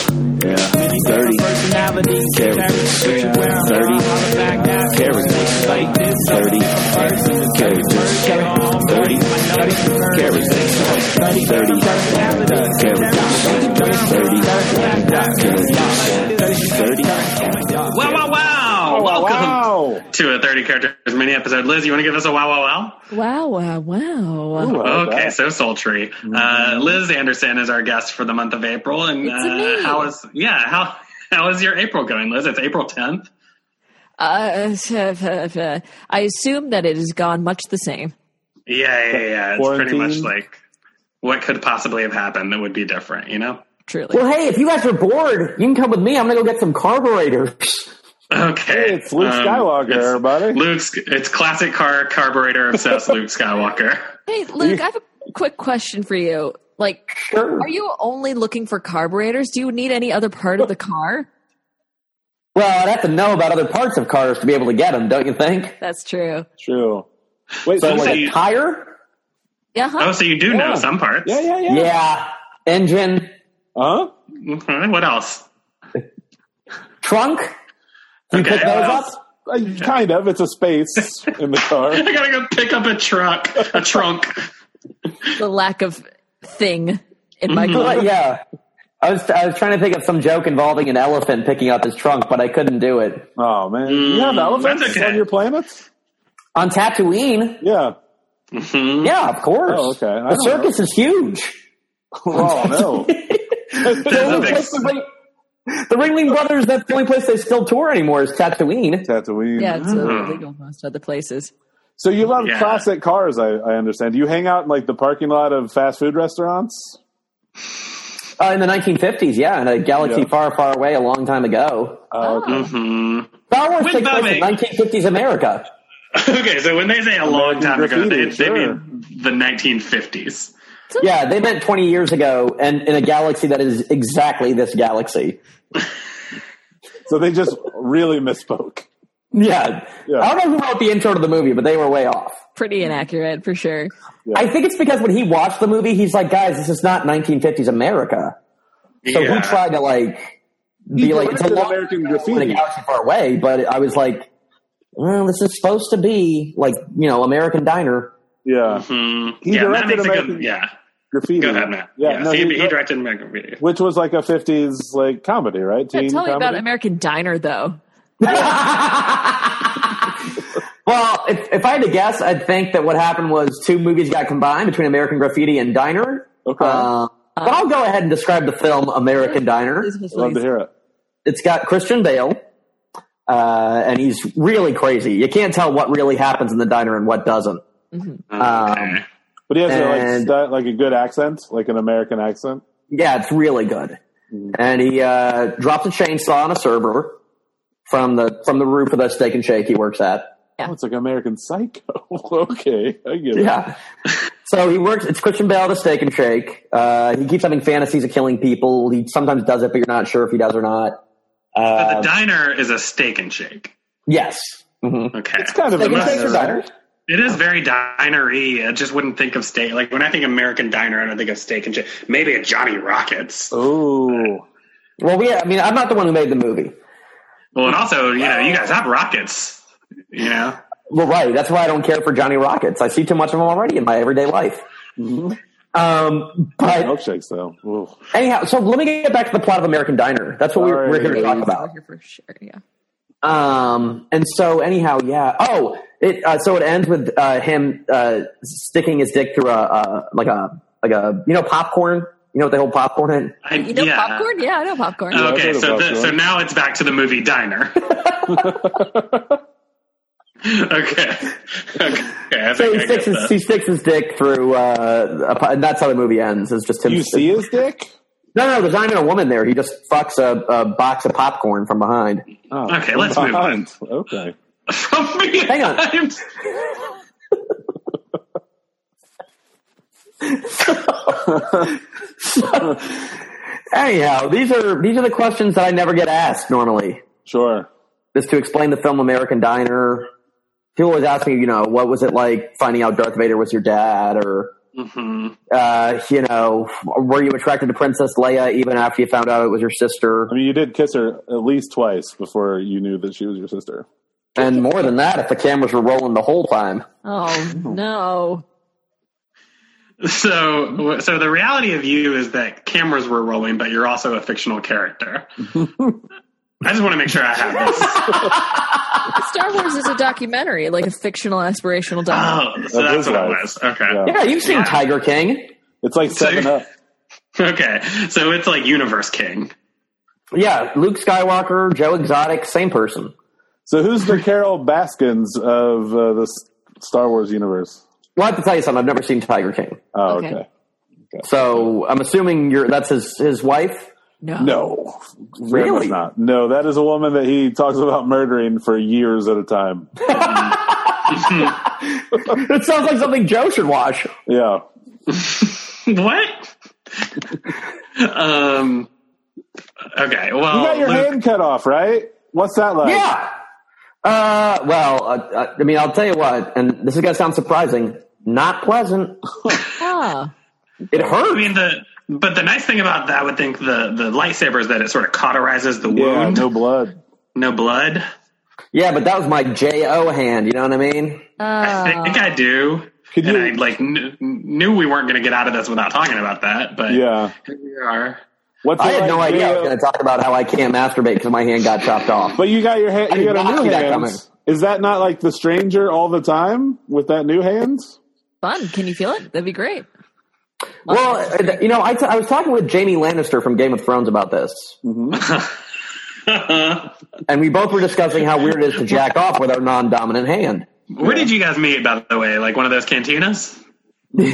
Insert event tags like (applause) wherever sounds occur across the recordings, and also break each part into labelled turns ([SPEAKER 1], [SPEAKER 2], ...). [SPEAKER 1] Thirty characters, thirty characters, thirty characters, thirty characters, thirty characters, thirty characters, thirty.
[SPEAKER 2] Wow, wow, wow! Welcome
[SPEAKER 3] Oh, wow.
[SPEAKER 2] to a 30 characters mini episode. Liz, you want to give us a wow, wow, wow?
[SPEAKER 4] Wow, uh, wow, wow.
[SPEAKER 3] Ooh, I like
[SPEAKER 2] Okay,
[SPEAKER 3] that. Mm-hmm.
[SPEAKER 2] so sultry. Uh, Liz Anderson is our guest for the month of April, and
[SPEAKER 4] It's a
[SPEAKER 2] uh,
[SPEAKER 4] me.
[SPEAKER 2] how is yeah how (laughs) how is your April going, Liz? It's April tenth.
[SPEAKER 4] Uh, I assume that it has gone much the same.
[SPEAKER 2] Yeah, yeah, yeah. It's pretty much
[SPEAKER 3] Quarantine.
[SPEAKER 2] like what could possibly have happened that would be different, you know? (laughs)
[SPEAKER 4] Truly.
[SPEAKER 5] Well, hey, if you guys are bored, you can come with me. I'm gonna go get some carburetors.
[SPEAKER 2] Okay,
[SPEAKER 3] Hey, it's Luke
[SPEAKER 2] um,
[SPEAKER 3] Skywalker,
[SPEAKER 2] it's
[SPEAKER 3] everybody.
[SPEAKER 2] Luke's it's classic car carburetor obsessed Luke
[SPEAKER 3] (laughs)
[SPEAKER 2] Skywalker.
[SPEAKER 4] Hey, Luke, I have a quick question for you. Like,
[SPEAKER 5] Sure.
[SPEAKER 4] are you only looking for carburetors? Do you need any other part of the car?
[SPEAKER 5] Well, I'd have to know about other parts of cars to be able to get them, don't you think?
[SPEAKER 4] That's true.
[SPEAKER 3] True. Wait, so
[SPEAKER 2] So
[SPEAKER 3] like,
[SPEAKER 2] you-
[SPEAKER 5] Like a tire?
[SPEAKER 4] Yeah, huh?
[SPEAKER 2] Oh, so you do know
[SPEAKER 3] Yeah.
[SPEAKER 2] some parts.
[SPEAKER 3] yeah, yeah, yeah.
[SPEAKER 5] Yeah. Engine,
[SPEAKER 3] Huh?
[SPEAKER 2] Mhm, What else?
[SPEAKER 5] trunk. You
[SPEAKER 2] Okay.
[SPEAKER 5] pick those up.
[SPEAKER 3] Uh, Kind of. It's a
[SPEAKER 2] (laughs)
[SPEAKER 3] space in the car.
[SPEAKER 2] I gotta go pick up a truck,
[SPEAKER 3] (laughs)
[SPEAKER 2] a trunk.
[SPEAKER 4] The lack of thing in my car.
[SPEAKER 5] But yeah, I was I was trying to think of some joke involving an elephant picking up his trunk, but I couldn't do it.
[SPEAKER 3] Oh man, you have
[SPEAKER 2] Mm,
[SPEAKER 3] elephants
[SPEAKER 2] that's okay.
[SPEAKER 3] on your planet?
[SPEAKER 5] On Tatooine,
[SPEAKER 3] Yeah.
[SPEAKER 2] Mhm.
[SPEAKER 5] yeah, of course.
[SPEAKER 3] Oh, okay. I
[SPEAKER 5] The
[SPEAKER 3] don't
[SPEAKER 5] circus is
[SPEAKER 3] (laughs)
[SPEAKER 5] huge.
[SPEAKER 3] Oh
[SPEAKER 2] (laughs)
[SPEAKER 3] no.
[SPEAKER 5] (laughs) The only
[SPEAKER 2] big-
[SPEAKER 5] place the, Ring- the Ringling Brothers. That's the only place they still tour anymore is Tatooine.
[SPEAKER 3] Tatooine.
[SPEAKER 4] Yeah, it's uh,
[SPEAKER 2] Mhm.
[SPEAKER 4] illegal in most other places.
[SPEAKER 3] So you love
[SPEAKER 2] Yeah.
[SPEAKER 3] classic cars, I, I understand. Do you hang out in like the parking lot of fast food restaurants?
[SPEAKER 5] Uh, in the 1950s, yeah, in a galaxy
[SPEAKER 3] Yeah.
[SPEAKER 5] far, far away, a long time ago.
[SPEAKER 3] Uh,
[SPEAKER 4] Oh.
[SPEAKER 2] Mhm.
[SPEAKER 5] Star Wars
[SPEAKER 2] With
[SPEAKER 5] takes place
[SPEAKER 2] Bobby.
[SPEAKER 5] in 1950s America.
[SPEAKER 2] Okay, so when they say a long time ago, they,
[SPEAKER 3] graffiti,
[SPEAKER 2] they
[SPEAKER 3] sure.
[SPEAKER 2] mean the 1950s.
[SPEAKER 5] Yeah, they meant 20 years ago, and in a galaxy that is exactly this galaxy.
[SPEAKER 3] So they just really misspoke.
[SPEAKER 5] Yeah.
[SPEAKER 3] Yeah.
[SPEAKER 5] I don't know who wrote the intro to the movie, but they were way off.
[SPEAKER 4] Pretty inaccurate, for sure.
[SPEAKER 5] I think it's because when he watched the movie, he's like, guys, this is not 1950s America. So
[SPEAKER 2] yeah.
[SPEAKER 5] he tried to like be like, it's a
[SPEAKER 3] directed
[SPEAKER 5] long
[SPEAKER 3] American
[SPEAKER 5] ago in a
[SPEAKER 3] Graffiti.
[SPEAKER 5] galaxy far away, but I was like, well, this is supposed to be like, you know, American diner.
[SPEAKER 3] Yeah.
[SPEAKER 2] Mhm.
[SPEAKER 3] He
[SPEAKER 2] yeah, that
[SPEAKER 3] directed
[SPEAKER 2] makes a
[SPEAKER 3] American-
[SPEAKER 2] good. Yeah,
[SPEAKER 3] Graffiti.
[SPEAKER 2] go ahead, Matt.
[SPEAKER 3] Yeah.
[SPEAKER 2] Yeah,
[SPEAKER 3] no,
[SPEAKER 2] he,
[SPEAKER 3] he-
[SPEAKER 2] he directed American Graffiti.
[SPEAKER 3] which was like a fifties like comedy, right?
[SPEAKER 4] Yeah,
[SPEAKER 3] Teen
[SPEAKER 4] tell me about
[SPEAKER 3] comedy?
[SPEAKER 4] American Diner, though.
[SPEAKER 5] well, if, if I had to guess, I'd think that what happened was two movies got combined between American Graffiti and Diner.
[SPEAKER 3] Okay.
[SPEAKER 5] Uh, but I'll go ahead and describe the film American Diner.
[SPEAKER 4] Please, please,
[SPEAKER 3] I'd love to
[SPEAKER 4] please.
[SPEAKER 3] hear it.
[SPEAKER 5] It's got Christian Bale, uh, and he's really crazy. You can't tell what really happens in the diner and what doesn't.
[SPEAKER 3] Um,
[SPEAKER 2] Okay.
[SPEAKER 3] But he has a, like
[SPEAKER 5] And-
[SPEAKER 3] sti- like a good accent, like an American accent.
[SPEAKER 5] Yeah, it's really good. And he uh, drops a chainsaw on a server from the from the roof of the steak and shake he works at.
[SPEAKER 3] Oh, it's like American Psycho. (laughs) okay, I get it.
[SPEAKER 5] Yeah. So he works. It's Christian Bale at a steak and shake. Uh, he keeps having fantasies of killing people. He sometimes does it, but you're not sure if he does or not.
[SPEAKER 2] But
[SPEAKER 3] um,
[SPEAKER 5] Uh,
[SPEAKER 2] the diner is a steak and shake.
[SPEAKER 5] yes. hmm
[SPEAKER 2] Okay,
[SPEAKER 3] It's kind of
[SPEAKER 2] The
[SPEAKER 5] Steak and
[SPEAKER 2] most-
[SPEAKER 5] shakes are better.
[SPEAKER 2] It is very dinery. I just wouldn't think of steak. Like when I think American diner, I don't think of steak and shake. Maybe a Johnny Rockets.
[SPEAKER 3] Oh,
[SPEAKER 5] Well, we. I mean, I'm not the one who made the movie.
[SPEAKER 2] Well, and also, you know, you guys have rockets. You know,
[SPEAKER 5] Well, right. That's why I don't care for Johnny Rockets. I see too much of them already in my everyday life.
[SPEAKER 2] Mm-hmm.
[SPEAKER 5] Um, but
[SPEAKER 3] milkshakes though. Ooh.
[SPEAKER 5] anyhow, so let me get back to the plot of American Diner. That's what we're, we're here to talk about.
[SPEAKER 4] We're here for sure, yeah.
[SPEAKER 5] Um, and so anyhow, yeah. Oh, it, uh, so it ends with, uh, him, uh, sticking his dick through a, uh, like a, like a, you know, popcorn, you know, what they hold popcorn in.
[SPEAKER 2] I,
[SPEAKER 4] You know
[SPEAKER 2] yeah. Uh,
[SPEAKER 4] popcorn? Yeah, I know popcorn.
[SPEAKER 3] Yeah, I've
[SPEAKER 2] okay,
[SPEAKER 3] heard of
[SPEAKER 2] so the,
[SPEAKER 3] popcorn.
[SPEAKER 2] so now it's back to the
[SPEAKER 3] (laughs)
[SPEAKER 2] movie Diner. okay. Okay. I think
[SPEAKER 5] So
[SPEAKER 2] I
[SPEAKER 5] he sticks
[SPEAKER 2] get
[SPEAKER 5] his,
[SPEAKER 2] that.
[SPEAKER 5] he sticks his dick through, uh, a, po- and that's how the movie ends. It's just him.
[SPEAKER 3] You see his dick?
[SPEAKER 5] No, no, there's not even a woman there. He just fucks a, a box of popcorn from behind.
[SPEAKER 3] Oh,
[SPEAKER 2] Okay, let's move on.
[SPEAKER 3] (laughs) Okay.
[SPEAKER 2] (laughs) From behind.
[SPEAKER 5] Hang on. Anyhow, these are, these are the questions that I never get asked normally.
[SPEAKER 3] Sure.
[SPEAKER 5] Just to explain the film American Diner, people always ask me, you know, what was it like finding out Darth Vader was your dad, or
[SPEAKER 2] hmm
[SPEAKER 3] Mm-hmm.
[SPEAKER 5] uh, you know, were you attracted to Princess Leia even after you found out it was your sister?
[SPEAKER 3] I mean, you did kiss her at least twice before you knew that she was your sister.
[SPEAKER 5] And more than that, if the cameras were rolling the whole time.
[SPEAKER 4] Oh no.
[SPEAKER 2] So, so the reality of you is that cameras were rolling, but you're also a fictional character.
[SPEAKER 3] (laughs)
[SPEAKER 2] I just want to make sure I have this.
[SPEAKER 4] Star Wars is a documentary, like a fictional aspirational
[SPEAKER 2] (gasps)
[SPEAKER 4] documentary.
[SPEAKER 2] Oh, so
[SPEAKER 3] That is
[SPEAKER 2] that's what it
[SPEAKER 3] right.
[SPEAKER 2] was. Okay.
[SPEAKER 3] Yeah.
[SPEAKER 5] Yeah, you've seen Tiger King.
[SPEAKER 3] It's like
[SPEAKER 2] So-
[SPEAKER 3] seven up.
[SPEAKER 2] Okay. So it's like Universe King. (laughs)
[SPEAKER 5] Yeah, Luke Skywalker, Joe Exotic, same person.
[SPEAKER 3] So who's the Carol Baskins of uh, the S- Star Wars universe?
[SPEAKER 5] Well, I have to tell you something. I've never seen Tiger King,
[SPEAKER 3] Oh,
[SPEAKER 4] Okay.
[SPEAKER 3] okay.
[SPEAKER 5] so I'm assuming you're that's his his wife.
[SPEAKER 4] No.
[SPEAKER 3] No, Very
[SPEAKER 5] Really?
[SPEAKER 3] much not. No, that is a woman that he talks about murdering for years at a time.
[SPEAKER 5] It sounds like something Joe should watch.
[SPEAKER 3] Yeah. (laughs)
[SPEAKER 2] What? um. Okay. Well,
[SPEAKER 3] You got your
[SPEAKER 2] Luke-
[SPEAKER 3] hand cut off, right? What's that like?
[SPEAKER 5] Oh, Yeah. Uh, well, uh, uh, I mean, I'll tell you what, and this is gonna sound surprising, not pleasant.
[SPEAKER 4] Ah.
[SPEAKER 5] It
[SPEAKER 2] I
[SPEAKER 5] hurt.
[SPEAKER 2] mean the. But the nice thing about that, I would think the the lightsaber is that it sort of cauterizes the
[SPEAKER 3] Yeah,
[SPEAKER 2] wound.
[SPEAKER 3] no blood.
[SPEAKER 2] no blood.
[SPEAKER 5] Yeah, but that was my J.O. hand. You know what I mean?
[SPEAKER 2] I
[SPEAKER 4] Ah.
[SPEAKER 2] think I do.
[SPEAKER 3] Could
[SPEAKER 2] and
[SPEAKER 3] you-
[SPEAKER 2] I like kn- knew we weren't going to get out of this without talking about that, but
[SPEAKER 3] Yeah.
[SPEAKER 2] here we are.
[SPEAKER 3] What's
[SPEAKER 5] I
[SPEAKER 3] it
[SPEAKER 5] had no
[SPEAKER 3] like
[SPEAKER 5] idea I
[SPEAKER 3] being
[SPEAKER 5] was
[SPEAKER 3] a-
[SPEAKER 5] gonna talk about how I can't masturbate because my hand got chopped off.
[SPEAKER 3] But you got your hand.
[SPEAKER 5] I
[SPEAKER 3] You
[SPEAKER 5] did
[SPEAKER 3] got
[SPEAKER 5] not
[SPEAKER 3] a new
[SPEAKER 5] see that
[SPEAKER 3] hand.
[SPEAKER 5] coming.
[SPEAKER 3] Is that not like the stranger all the time with that new hand?
[SPEAKER 4] Fun. Can you feel it? That'd be great.
[SPEAKER 5] Well, uh, you know, I, t- I was talking with Jamie Lannister from Game of Thrones about this,
[SPEAKER 2] Mm-hmm. (laughs)
[SPEAKER 5] and we both were discussing how weird it is to jack off with our non-dominant hand.
[SPEAKER 2] Where did you guys meet, by the way? Like one of those cantinas?
[SPEAKER 5] We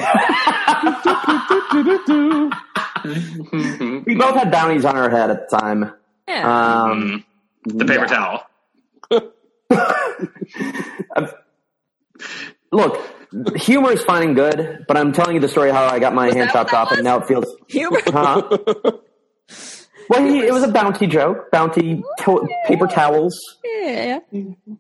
[SPEAKER 5] both had bounties on our head at the time.
[SPEAKER 4] Yeah. (laughs)
[SPEAKER 2] Mm-hmm.
[SPEAKER 5] Um,
[SPEAKER 2] The paper
[SPEAKER 5] Yeah.
[SPEAKER 2] towel.
[SPEAKER 5] look, humor is fine and good, but I'm telling you the story how I got my hand
[SPEAKER 4] that what
[SPEAKER 5] chopped
[SPEAKER 4] that
[SPEAKER 5] off, and
[SPEAKER 4] was?
[SPEAKER 5] now it feels. (laughs)
[SPEAKER 4] Humor. (laughs)
[SPEAKER 5] Huh? well, he, it was a bounty joke, bounty to- paper towels.
[SPEAKER 4] Yeah.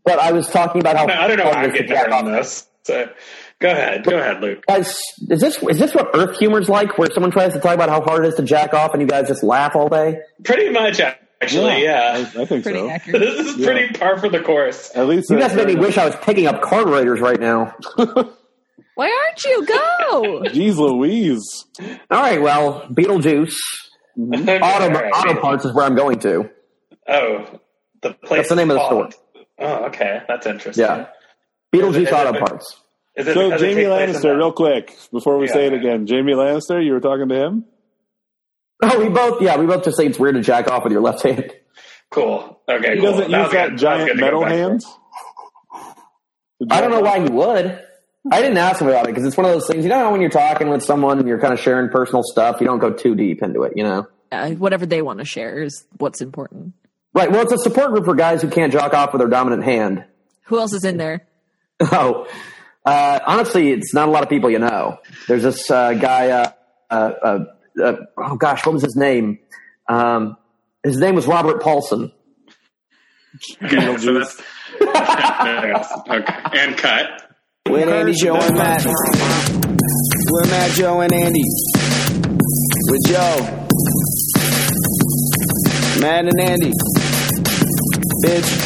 [SPEAKER 5] But I was talking about how
[SPEAKER 2] I don't know
[SPEAKER 5] fun
[SPEAKER 2] how
[SPEAKER 5] it
[SPEAKER 2] I'm
[SPEAKER 5] is to
[SPEAKER 2] getting
[SPEAKER 5] jack
[SPEAKER 2] better
[SPEAKER 5] off.
[SPEAKER 2] on this. So go ahead. Go ahead, Luke.
[SPEAKER 5] Guys, is this is this what Earth humor's like, where someone tries to talk about how hard it is to jack off, and you guys just laugh all day?
[SPEAKER 2] Pretty much, actually, yeah. (laughs)
[SPEAKER 3] I, I think
[SPEAKER 4] Pretty
[SPEAKER 3] so.
[SPEAKER 4] accurate.
[SPEAKER 2] This is pretty par for the course.
[SPEAKER 3] At least uh,
[SPEAKER 5] You
[SPEAKER 3] that's
[SPEAKER 5] guys made me
[SPEAKER 3] fair
[SPEAKER 5] wish I was picking up carburetors right now.
[SPEAKER 4] Why aren't you? Go. (laughs)
[SPEAKER 3] enough. Jeez Louise. (laughs)
[SPEAKER 5] All right, well, Beetlejuice,
[SPEAKER 2] (laughs) Okay,
[SPEAKER 5] auto,
[SPEAKER 2] all right.
[SPEAKER 5] auto parts is where I'm going to.
[SPEAKER 2] Oh, the place.
[SPEAKER 5] That's the name of the
[SPEAKER 2] called-
[SPEAKER 5] store.
[SPEAKER 2] Oh, okay. That's interesting.
[SPEAKER 5] Yeah, Beetlejuice
[SPEAKER 2] it-
[SPEAKER 5] auto
[SPEAKER 2] (laughs) is it-
[SPEAKER 5] parts.
[SPEAKER 2] Is it
[SPEAKER 3] So
[SPEAKER 2] because it
[SPEAKER 3] Jamie
[SPEAKER 2] takes place in
[SPEAKER 3] Lannister,
[SPEAKER 2] the-
[SPEAKER 3] real quick, before we
[SPEAKER 2] Yeah.
[SPEAKER 3] say it again, Jamie Lannister, you were talking to him.
[SPEAKER 5] Oh, we both, yeah, we both just think it's weird to jack off with your left hand.
[SPEAKER 2] Cool. Okay.
[SPEAKER 3] He
[SPEAKER 2] cool.
[SPEAKER 3] doesn't use that
[SPEAKER 2] That was good. was good
[SPEAKER 3] giant
[SPEAKER 2] to go
[SPEAKER 3] metal
[SPEAKER 2] back to.
[SPEAKER 3] hand.
[SPEAKER 5] I don't know why you would. I didn't ask him about it because it's one of those things. You know, how when you're talking with someone and you're kind of sharing personal stuff, you don't go too deep into it. You know,
[SPEAKER 4] Uh, whatever they want to share is what's important.
[SPEAKER 5] right? Well, it's a support group for guys who can't jack off with their dominant hand.
[SPEAKER 4] Who else is in there?
[SPEAKER 5] Oh, uh, honestly, it's not a lot of people you know. There's this uh, guy. Uh, uh, uh, uh, oh gosh, what was his name? Um, his name was Robert Paulson.
[SPEAKER 2] Okay, so that's- there it is. (laughs) okay. And cut.
[SPEAKER 1] With Andy, Joe, and Matt. With Matt, Joe, and Andy. With Joe. Matt and Andy. Bitch.